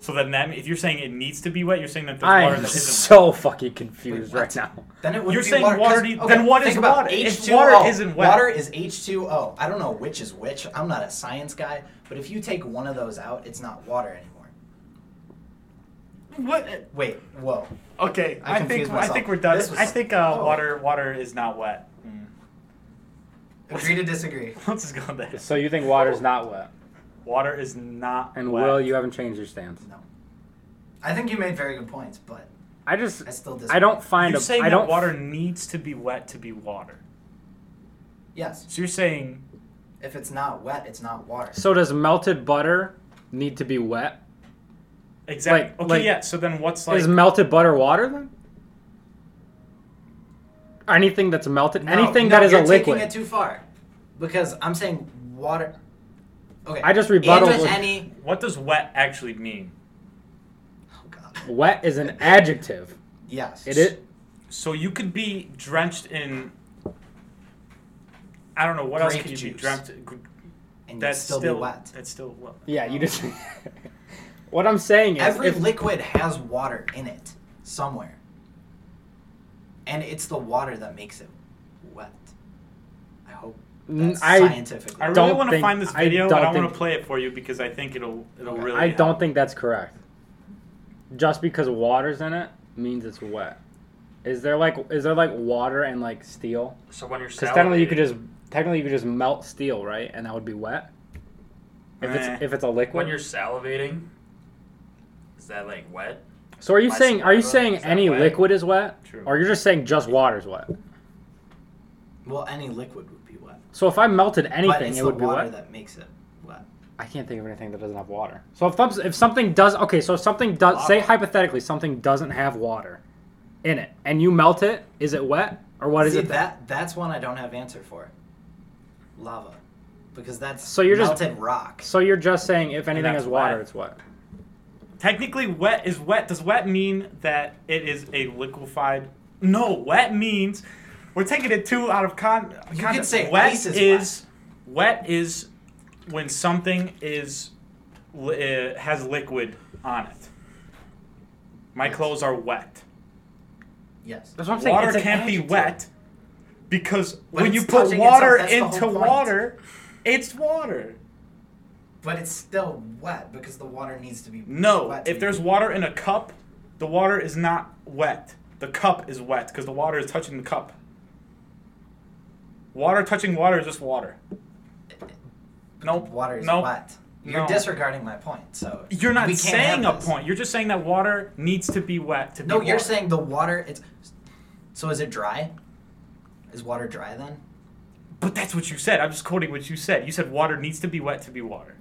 So then that, if you're saying it needs to be wet, you're saying that there's I water am that isn't so fucking confused Wait, right what? now. then it would You're be saying water, water 'cause- need- okay, then what think is about water? If H2O. water isn't wet- Water is H2O. I don't know which is which. I'm not a science guy, but if you take one of those out, it's not water anymore. wet. What? Wait, whoa. Okay, I, I think confused I myself. think we're done. This was- I think uh, oh. water water is not wet. Mm. Agree to disagree. Let's just go on that. So you think water's not wet? Water is not And wet. Will, you haven't changed your stance. No. I think you made very good points, but I just, I still disagree. I don't find you're a, saying I don't that water needs to be wet to be water. Yes. So you're saying If it's not wet, it's not water. So does melted butter need to be wet? Exactly. Like- okay, like- yeah. So then what's like? Is melted butter water then? Anything that's melted, No, anything no, that is you're a taking liquid. it too far, because I'm saying water. Okay. I just And rebuttal. with with- any. what does wet actually mean? Oh God. Wet is an adjective. Yes. It is. So you could be drenched in. I don't know what else Grape could you be juice. drenched. And you'd That's still, still, be wet. That's still wet. Yeah, you just. what I'm saying is, Every if- liquid has water in it somewhere. And it's the water that makes it wet. I hope Mm, that's I- scientifically. I really Don't want to think- find this I video, and don't I want think- to play it for you because I think it'll it'll Okay. really. I help. don't think that's correct. Just because water's in it means it's wet. Is there like is there like water and like steel? So when you're Because technically you could salivating- just technically you could just melt steel, right? And that would be wet. If it's Eh. if it's a liquid. when you're salivating, is that like wet? so are you my saying are you saliva, saying is that any wet? liquid is wet? True. Or you're just saying just water's wet? well, any liquid would be wet. So if I melted but anything, it's it the would be water wet. that makes it wet. I can't think of anything that doesn't have water. So if thumps, if something does okay, so if something does say Lava. hypothetically something doesn't have water in it and you melt it, is it wet or what is See, it? then? that that's one I don't have answer for. Lava, because that's So you're just- melted rock. So you're just saying if anything that's is water, wet. it's wet. Technically, wet is wet. Does wet mean that it is a liquefied? No, wet means we're taking it two out of con. You context. could say wet ice is wet. is when something is li- uh, has liquid on it. My clothes are wet. Yes. That's what I'm saying. Water it's an can't be adjective. wet because when, When you it's put touching itself, water that's the whole into point. water, it's water. But it's still wet because the water needs to be No, wet to if be- there's water in a cup, the water is not wet. The cup is wet because the water is touching the cup. Water touching water is just water. Nope. water is nope. wet. You're No. disregarding my point. So You're not we can't saying a have this. point. You're just saying that water needs to be wet to be No, you're water. saying the water. It's so. Is it dry? Is water dry then? But that's what you said. I'm just quoting what you said. You said water needs to be wet to be water.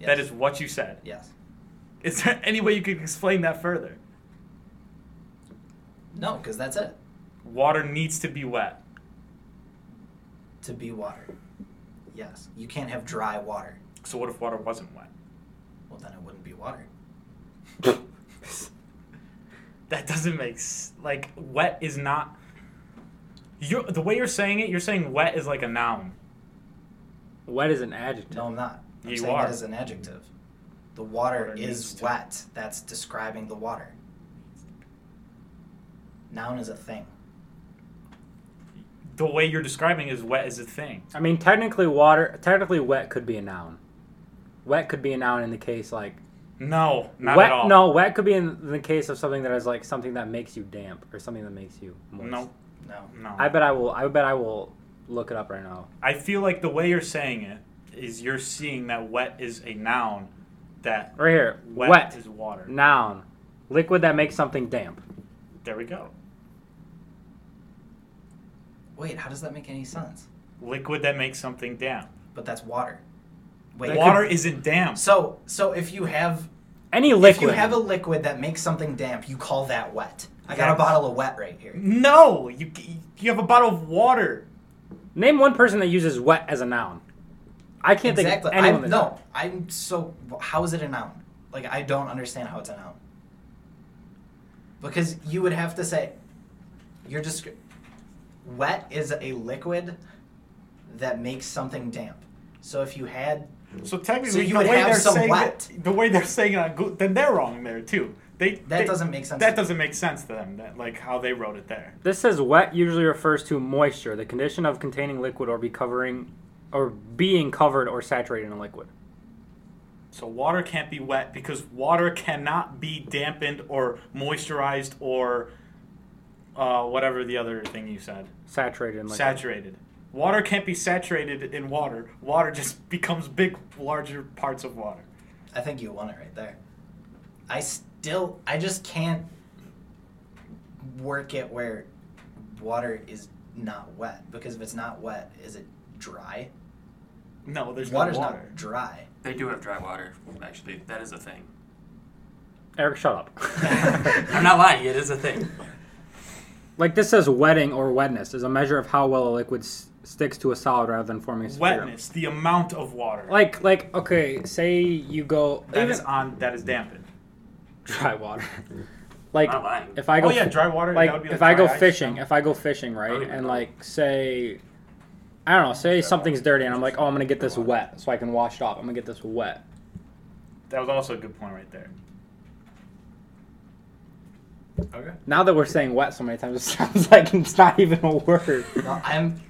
Yes. That is what you said. Yes. Is there any way you could explain that further? No, because that's it. Water needs to be wet. To be water. Yes. You can't have dry water. So what if water wasn't wet? Well, then it wouldn't be water. That doesn't make s- like wet is not. You the way you're saying it, you're saying wet is like a noun. Wet is an adjective. No, I'm not. I'm You saying are. that is an adjective. The water, Water needs is to- wet. That's describing the water. Noun is a thing. The way you're describing is wet is a thing. I mean, technically, water. Technically, wet could be a noun. Wet could be a noun in the case like No, not wet. at all. No, wet could be in the case of something that is like something that makes you damp or something that makes you moist. no, No. no. I I, bet I will. I bet I will look it up right now. feel like the way you're saying it is you're seeing that wet is a noun, that Right here. wet, Wet, is water. noun, liquid that makes something damp. There we go. Wait, how does that make any sense? Liquid that makes something damp. But that's water. Wait. water isn't damp. So, so if you have Any If liquid. you have a liquid that makes something damp, you call that wet. I got Yes. a bottle of wet right here. No, you you have a bottle of water. Name one person that uses wet as a noun. I can't Exactly. think of anyone. I'm, that no, I'm so. How is it a noun? Like I don't understand how it's a noun. Because you would have to say, you're just. Wet is a liquid that makes something damp. So if you had, So technically, So you the would way have they're some saying wet. It, the way they're saying it, on Goo- then they're wrong there too. They That they- doesn't make sense That to me. doesn't make sense to them. That like how they wrote it there. This says wet usually refers to moisture, the condition of containing liquid or be covering or being covered or saturated in liquid. So water can't be wet because water cannot be dampened or moisturized or uh, whatever the other thing you said. Saturated in liquid. saturated. Water can't be saturated in water. Water just becomes big, larger parts of water. I think you won it right there. I still, I just can't work it where water is not wet. Because if it's not wet, is it dry? No, there's Water's no water. not dry. They do have dry water, actually. That is a thing. Eric, shut up. I'm not lying. It is a thing. like this says, wetting or wetness is a measure of how well a liquid s- sticks to a solid rather than forming a sphere. Wetness, the amount of water. Like, like, okay, say you go that even is on that is dampened. dry water. like, I'm not lying. if I go, oh yeah, dry water. like, that would be like if I go dry ice. fishing, if I go fishing, I right, don't even and know. like say, I don't know, say something's dirty, and I'm like, oh, I'm gonna get this wet, so I can wash it off. I'm gonna get this wet. that was also a good point right there. Okay. Now that we're saying wet so many times, it sounds like it's not even a word. No, I'm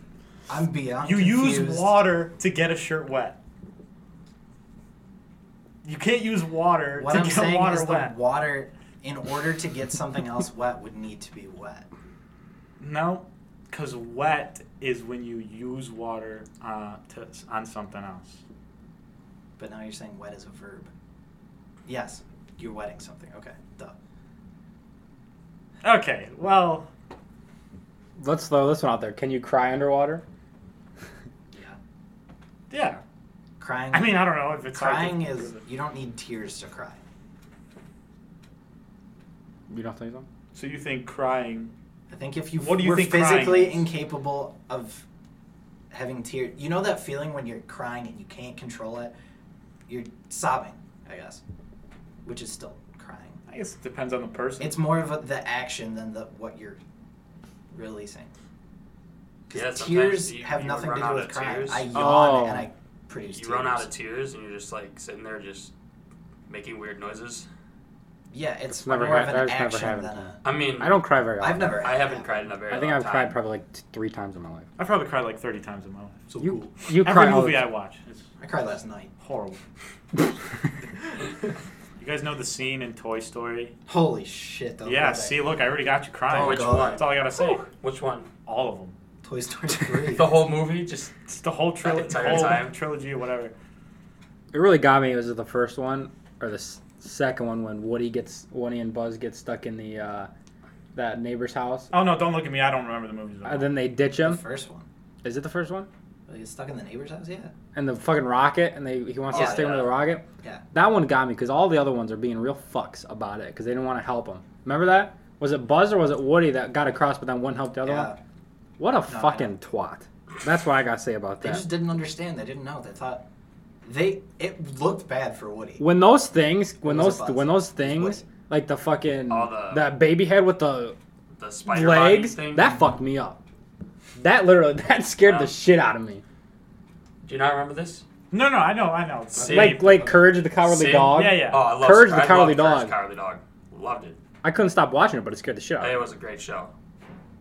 I'm beyond You use confused. water to get a shirt wet. You can't use water What to I'm get saying water is wet. the water, in order to get something else wet, would need to be wet. no, because wet is when you use water uh, to, on something else. But now you're saying wet is a verb. Yes, you're wetting something. Okay, duh. Okay, well, Let's throw this one out there. Can you cry underwater? Yeah. yeah. Crying. I mean, I don't know if it's hard to crying prove is it. you don't need tears to cry. You don't think so? So you think crying? I think if you What do you were think crying physically is? incapable of having tears, you know that feeling when you're crying and you can't control it, you're sobbing, I guess, which is still crying. I guess it depends on the person. It's more of a, the action than the what you're releasing. 'Cause Yeah, sometimes tears you- have you nothing run to do out with of crying. tears. I yawn Oh. and I produce You tears. run out of tears and you're just like sitting there just making weird noises. yeah, it's That's never more hap- of an that's never action happened than to me. a. I mean, I don't cry very often. I've never. I haven't cried in a very I think long I've time. cried probably like t- three times in my life. I've probably cried like thirty times in my life. So You you Every cry all movie the I time. watch is I cried last night. horrible. You guys know the scene in Toy Story? Holy shit! Don't yeah, go there. see, look, I already got you crying. Oh, which God. one? That's all I gotta say. Which one? All of them. Toy Story three. The whole movie? Just It's the whole, tril- That entire whole time? trilogy or whatever. It really got me. Was it the first one or the s- second one when Woody gets Woody and Buzz get stuck in the uh, that neighbor's house Oh, no, don't look at me. I don't remember the movies. at and all. then they ditch the him? first one. Is it the first one? Like it's stuck in the neighbor's house. Yeah. And the fucking rocket and they he wants Oh, to stick him yeah. with the rocket. Yeah. That one got me because all the other ones are being real fucks about it because they didn't want to help him. Remember that? Was it Buzz or was it Woody that got across but then wouldn't help the other yeah. one? What a I fucking twat. That's what I gotta say about They that. just didn't understand. They didn't know. They thought they it looked bad for Woody. when those things, when was those, it Buzz? when those It things, was like the fucking All the- that baby head with the the spider body legs, thing. that fucked me up. That literally, that scared Yeah. the shit out of me. Do you not remember this? No, no, I know, I know. See? Like, like Courage of the Cowardly Same. Dog. yeah, yeah. Oh, I love Courage the I loved Cowardly Courage Dog. the Cowardly Dog. Loved it. I couldn't stop watching it, but it scared the shit out of It me. was a great show.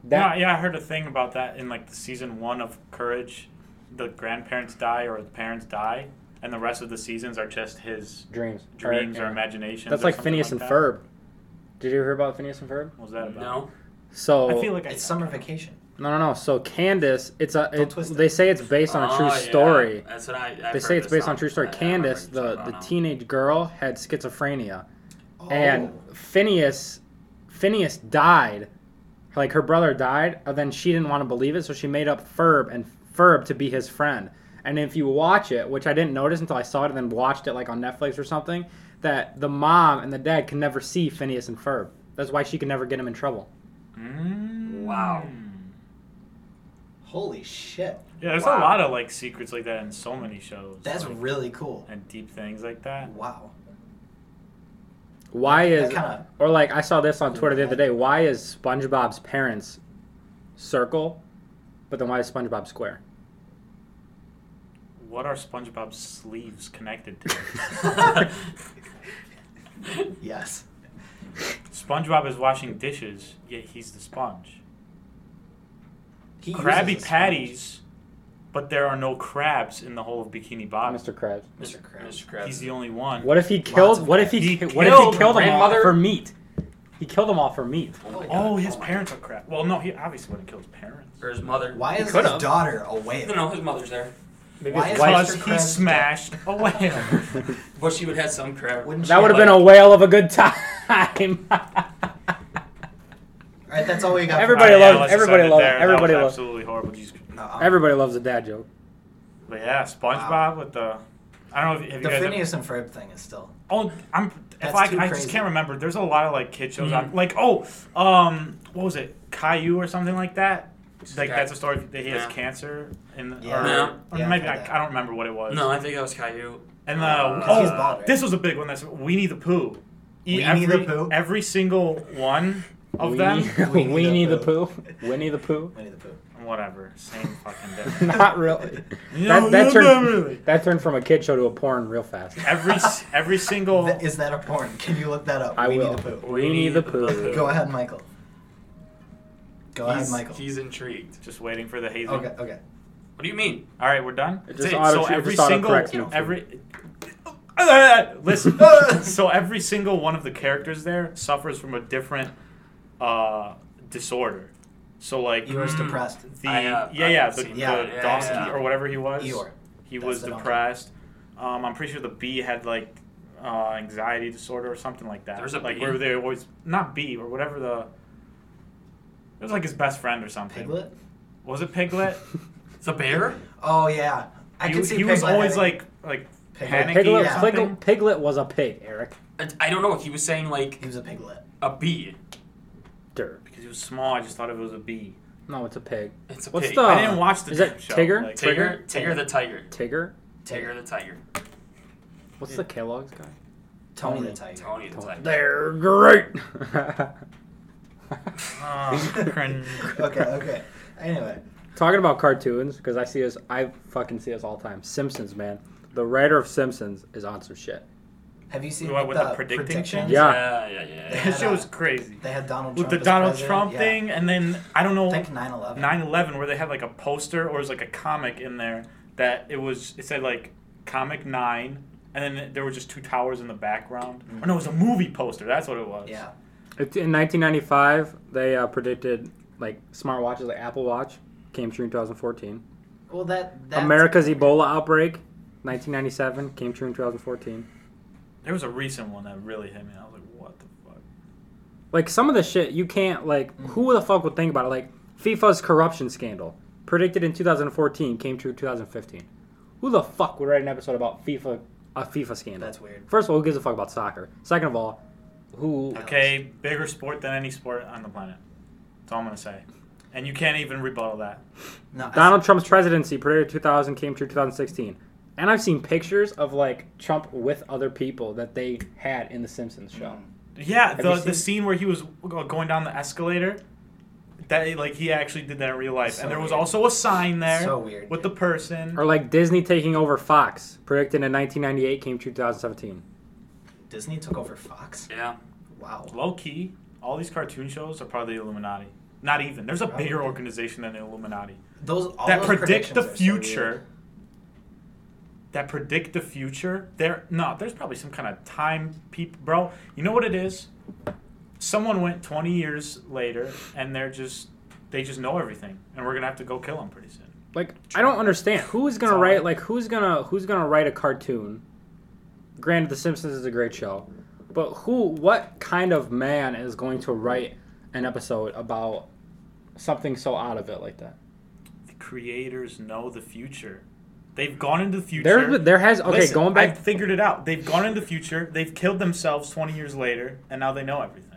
That, No, yeah, I heard a thing about that in like the season one of Courage. The grandparents die or the parents die, and the rest of the seasons are just his Dreams. dreams or, yeah. imaginations. That's or like something Phineas and that. Ferb. Did you ever hear about Phineas and Ferb? What was that about? No? So I feel like I, It's summer vacation. no, no, no. So Candace, it's a. It, twist it. they say it's based on a true Oh, yeah. story. That's what I, I've They say heard it's this based on a song. true story. I- I remember Candace, you talking the about the now. teenage girl, had schizophrenia, Oh. and Phineas, Phineas died. Like her brother died, and then she didn't want to believe it, so she made up Ferb and Ferb to be his friend. And if you watch it, which I didn't notice until I saw it and then watched it like on Netflix or something, that the mom and the dad can never see Phineas and Ferb. That's why she can never get him in trouble. Mm. Wow. holy shit. Yeah, there's a Wow. lot of like secrets like that in so many shows. That's like, really cool. and deep things like that. Wow. Why is That kind Or like I saw this on Twitter the other day. Why is SpongeBob's parents circle, but then why is SpongeBob square? What are SpongeBob's sleeves connected to? of yes. SpongeBob is washing dishes, yet he's the sponge. He Krabby uses a sponge. Patties, but there are no crabs in the whole of Bikini Bottom. Mr. Krabs. Mr. Krabs. Mr. Krabs. He's the only one. What if he of killed? What if he, He ki- What if killed he killed them all grandmother? for meat? He killed them all for meat. Oh my God. Oh, his parents are crab. Well, no, he obviously wouldn't kill his parents. Or his mother. Why He is his could've. daughter a whale? No, no, his mother's there. Maybe Why his is wife. Because Mr. he Krabs smashed a whale. But she would have some crab. Wouldn't That she- would have been a whale of a good time. All right, that's all we got. for Everybody now. Alright, yeah, loved- let's just everybody end it loved- there. That everybody was loved- Absolutely horrible. Jesus Christ. No, uh, I'm- Everybody loves a dad joke. But yeah, SpongeBob Wow. with the. I don't know if, if The you guys. have- Phineas and Ferb thing is still. Oh, I'm. If That's I, too I just crazy. Mm-hmm. can't remember. There's a lot of like kid shows. on Mhm. Like oh, um, what was it? Caillou or something like that. This Like guy- that's a story that he has Yeah. cancer and Yeah. or, Yeah. or Yeah, I've maybe I, heard that. I don't remember what it was. No, I think that was Caillou. And the Uh, oh, 'Cause he's bald, right? this was a big one. That's Weenie the Pooh. E- Weenie the every, Pooh? Every single one of them. Weenie, Weenie the Pooh. Winnie the Pooh. Winnie the Pooh. Whatever. Same fucking difference. Not really. No, that no, turned- no, really. That turned from a kid show to a porn real fast. Every s- every single. Th- Is that a porn? Can you look that up? I Winnie will. the Pooh. Weenie the Pooh. Go ahead, Michael. Go ahead, He's, Michael. he's intrigued. Just waiting for the hazing. Okay, okay. What do you mean? All right, we're done. It just That's auto- so it every just single auto-corrects me. every. Listen. so every single one of the characters there suffers from a different uh, disorder. So like Eeyore's Mm. depressed. the I, uh, yeah I've yeah the, seen the that. Yeah, Dawsky yeah, yeah. or whatever he was. Eeyore. He That's was the donkey. depressed. Um, I'm pretty sure the bee had like uh, anxiety disorder or something like that. There's a like bee? where they always not bee or whatever the. It was like his best friend or something. Piglet? Was it Piglet? It's a bear? Oh, yeah. I he can see he was Piglet always having- like like Piglet. panicky Piglet, or Yeah. something. Piglet, Piglet was a pig, Eric. I, I don't know. He was saying like He was a piglet. a bee. Dirt. Because he was small, I just thought it was a bee. No, it's a pig. It's a What's pig. the- I didn't watch the Is that show. Tigger? Like, Tigger, Tigger the tiger. Tigger? Tigger the tiger. What's the Kellogg's guy? Tony Tony. the Tiger. Tony the tiger. They're great. Ah. oh, cringe. okay, okay. Anyway, Talking about cartoons, because I see us, I fucking see us all the time. Simpsons, man. The writer of Simpsons is on some shit. have you seen What, with the, the predicting predictions? thing? Yeah. Yeah, yeah, yeah. yeah. That shit was crazy. They had Donald With Trump. the as Donald president, Trump yeah. thing, and then I don't know. I think 9 11. 9-11 where they had like a poster or it was like a comic in there that it was it said like comic 9 and then there were just two towers in the background or no it was a movie poster that's what it was Mm. Yeah. It's- In 1995, they uh, predicted like smartwatches, like Apple Watch, came true in 2014. Well, that. That's, America's Ebola outbreak, 1997, came true in 2014. there was a recent one that really hit me i was like what the fuck Like some of the shit you can't like. Who the fuck would think about it? Like FIFA's corruption scandal, predicted in 2014, came true in 2015. Who the fuck would write an episode about FIFA, a FIFA scandal? That's weird. First of all, who gives a fuck about soccer? Second of all, who? okay bigger sport than any sport on the planet that's all i'm gonna say and you can't even rebuttal that No, I- Donald Trump's presidency predicted 2000 came true 2016. And I've seen pictures of like Trump with other people that they had in the Simpsons show. Mm-hmm. yeah Have the, you the seen- scene where he was go- going down the escalator that like he actually did that in real life So and there was weird. also a sign there So weird, with the dude. person Or like Disney taking over Fox, predicted in 1998 came true 2017. Disney took over Fox? Yeah. Wow. Low key, all these cartoon shows are part of the Illuminati. Not even. There's a bigger Probably. organization than the Illuminati Those all that those predict predictions the are so future. weird. that predict the future. There, no, there's probably some kind of time peep, bro. You know what it is? Someone went 20 years later, and they're just they just know everything, and we're gonna have to go kill them pretty soon. Like I don't understand who's gonna It's write all- like who's gonna who's gonna write a cartoon. Granted, The Simpsons is a great show, but who what kind of man is going to write an episode about something so out of it like that? The creators know the future. They've gone into the future. There there has okay Listen, going back I figured it out. They've gone into the future. They've killed themselves 20 years later, and now they know everything.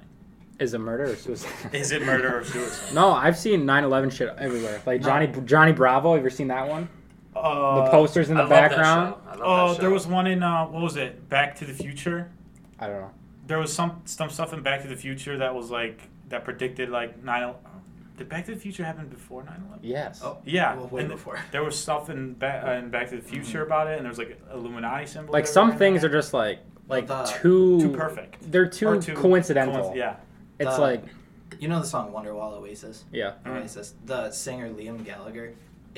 is it murder or suicide? Is it murder or suicide? No, I've seen 9/11 shit everywhere. Like No. Johnny Johnny Bravo, have you ever seen that one? The Uh, posters in the I love that background. show. I love Oh, that there show. was one in uh, what was it? Back to the Future. I don't know. There was some some stuff in Back to the Future that was like that predicted like 9. el- oh, Did Back to the Future happen before 9/11? Yes. Oh, Yeah, Well, way and before. There was stuff in Back uh, in Back to the Future about it, and there was like Illuminati symbols. Mm-hmm. like some everywhere in things are there. just like like The- too too perfect. They're too, Or too coincidental. coinc- yeah. It's The- like You know the song Wonderwall Oasis? yeah. Mhm. Oasis. The singer Liam Gallagher,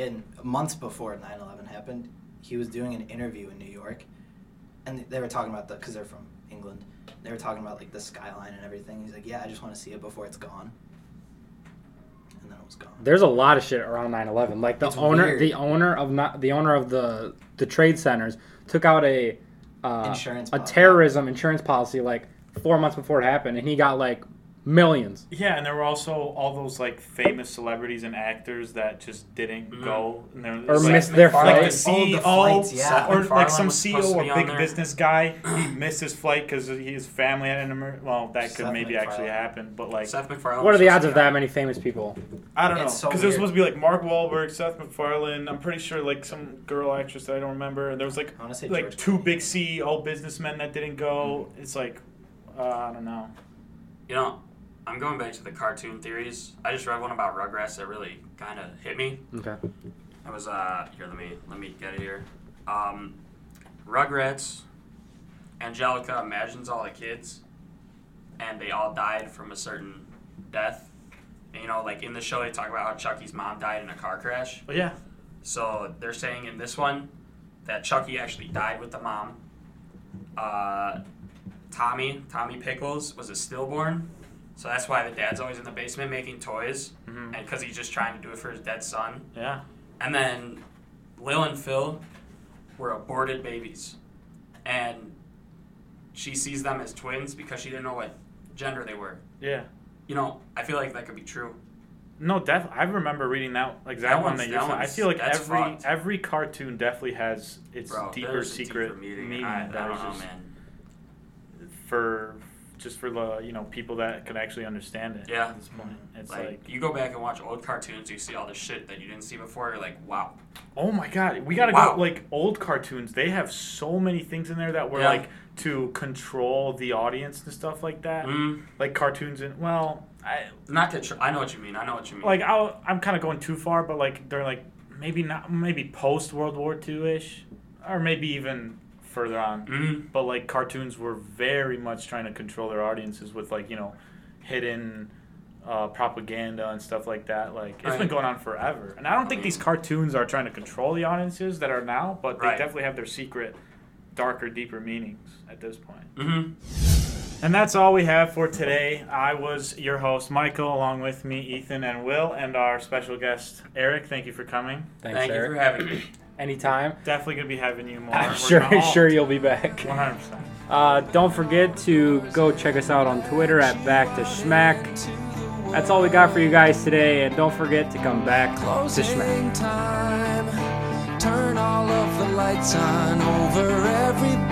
in months before 9 11 happened, he was doing an interview in New York. And they were talking about the, because they're from England, they were talking about like the skyline and everything. He's like, yeah, I just want to see it before it's gone. And then it was gone. There's a lot of shit around 9/11. Like the It's owner, weird. the owner of not the owner of the the trade centers took out a uh, Insurance a policy. terrorism insurance policy like four months before it happened, and he got like Millions. Yeah, and there were also all those like famous celebrities and actors that just didn't Mhm. go. And there Or was, like, missed their like the flight. Oh, the CEO flights, yeah. or like McFarlane some was CEO supposed to be or on big there. business guy, he missed his flight because his family had an emer- well that could Seth maybe actually MacFarlane. happen, but like Seth MacFarlane. What are was the supposed odds to of be on that many famous people? I don't know It's so because it was weird. supposed to be like Mark Wahlberg, Seth MacFarlane. I'm pretty sure like some girl actress that I don't remember. And there was like I want to say like George two Clooney. big CEO businessmen that didn't go. Mm-hmm. It's like uh, I don't know. You know, I'm going back to the cartoon theories. I just read one about Rugrats that really kind of hit me. Okay. It was uh here. Let me let me get it here. Um, Rugrats. Angelica imagines all the kids, and they all died from a certain death. And, you know, like in the show, they talk about how Chucky's mom died in a car crash. But yeah, So they're saying in this one that Chucky actually died with the mom. Uh, Tommy, Tommy Pickles, was a stillborn. So that's why the dad's always in the basement making toys, Mhm. and because he's just trying to do it for his dead son. yeah. And then Lil and Phil were aborted babies. And she sees them as twins because she didn't know what gender they were. Yeah. You know, I feel like that could be true. No, def- I remember reading that like that, That one one's- that you that said. I one's- feel like that's every fucked. every cartoon definitely has its Bro, deeper there's a secret deeper meaning. meaning, I, I that don't was know, just man. for just for the you know people that could actually understand it. Yeah. At this point, it's Like, like, you go back and watch old cartoons, you see all this shit that you didn't see before. You're like, wow. oh my god, we gotta Wow. go like old cartoons. They have so many things in there that were Yeah. like to control the audience and stuff like that. Mm, Like cartoons and well, I not to. Tr- I know what you mean. I know what you mean. like I'll, I'm kind of going too far, but like they're like maybe not maybe post World War II ish, or maybe even further on. mm, But like cartoons were very much trying to control their audiences with like you know hidden uh, propaganda and stuff like that. Like it's been Right. going on forever, and I don't I think these mean- cartoons are trying to control the audiences that are now, but they Right. definitely have their secret, darker, deeper meanings at this point. mm And that's all we have for today. I was your host, Michael, along with me, Ethan and Will, and our special guest, Eric. Thank you for coming. Thanks, Thank you Eric. for having me. Anytime. Definitely going to be having you more. I'm We're sure, gonna all- sure you'll be back. 100%. Uh, don't forget to go check us out on Twitter at Back to Schmack. That's all we got for you guys today, and don't forget to come back to Schmack. Closing time. Turn all of the lights on over everybody.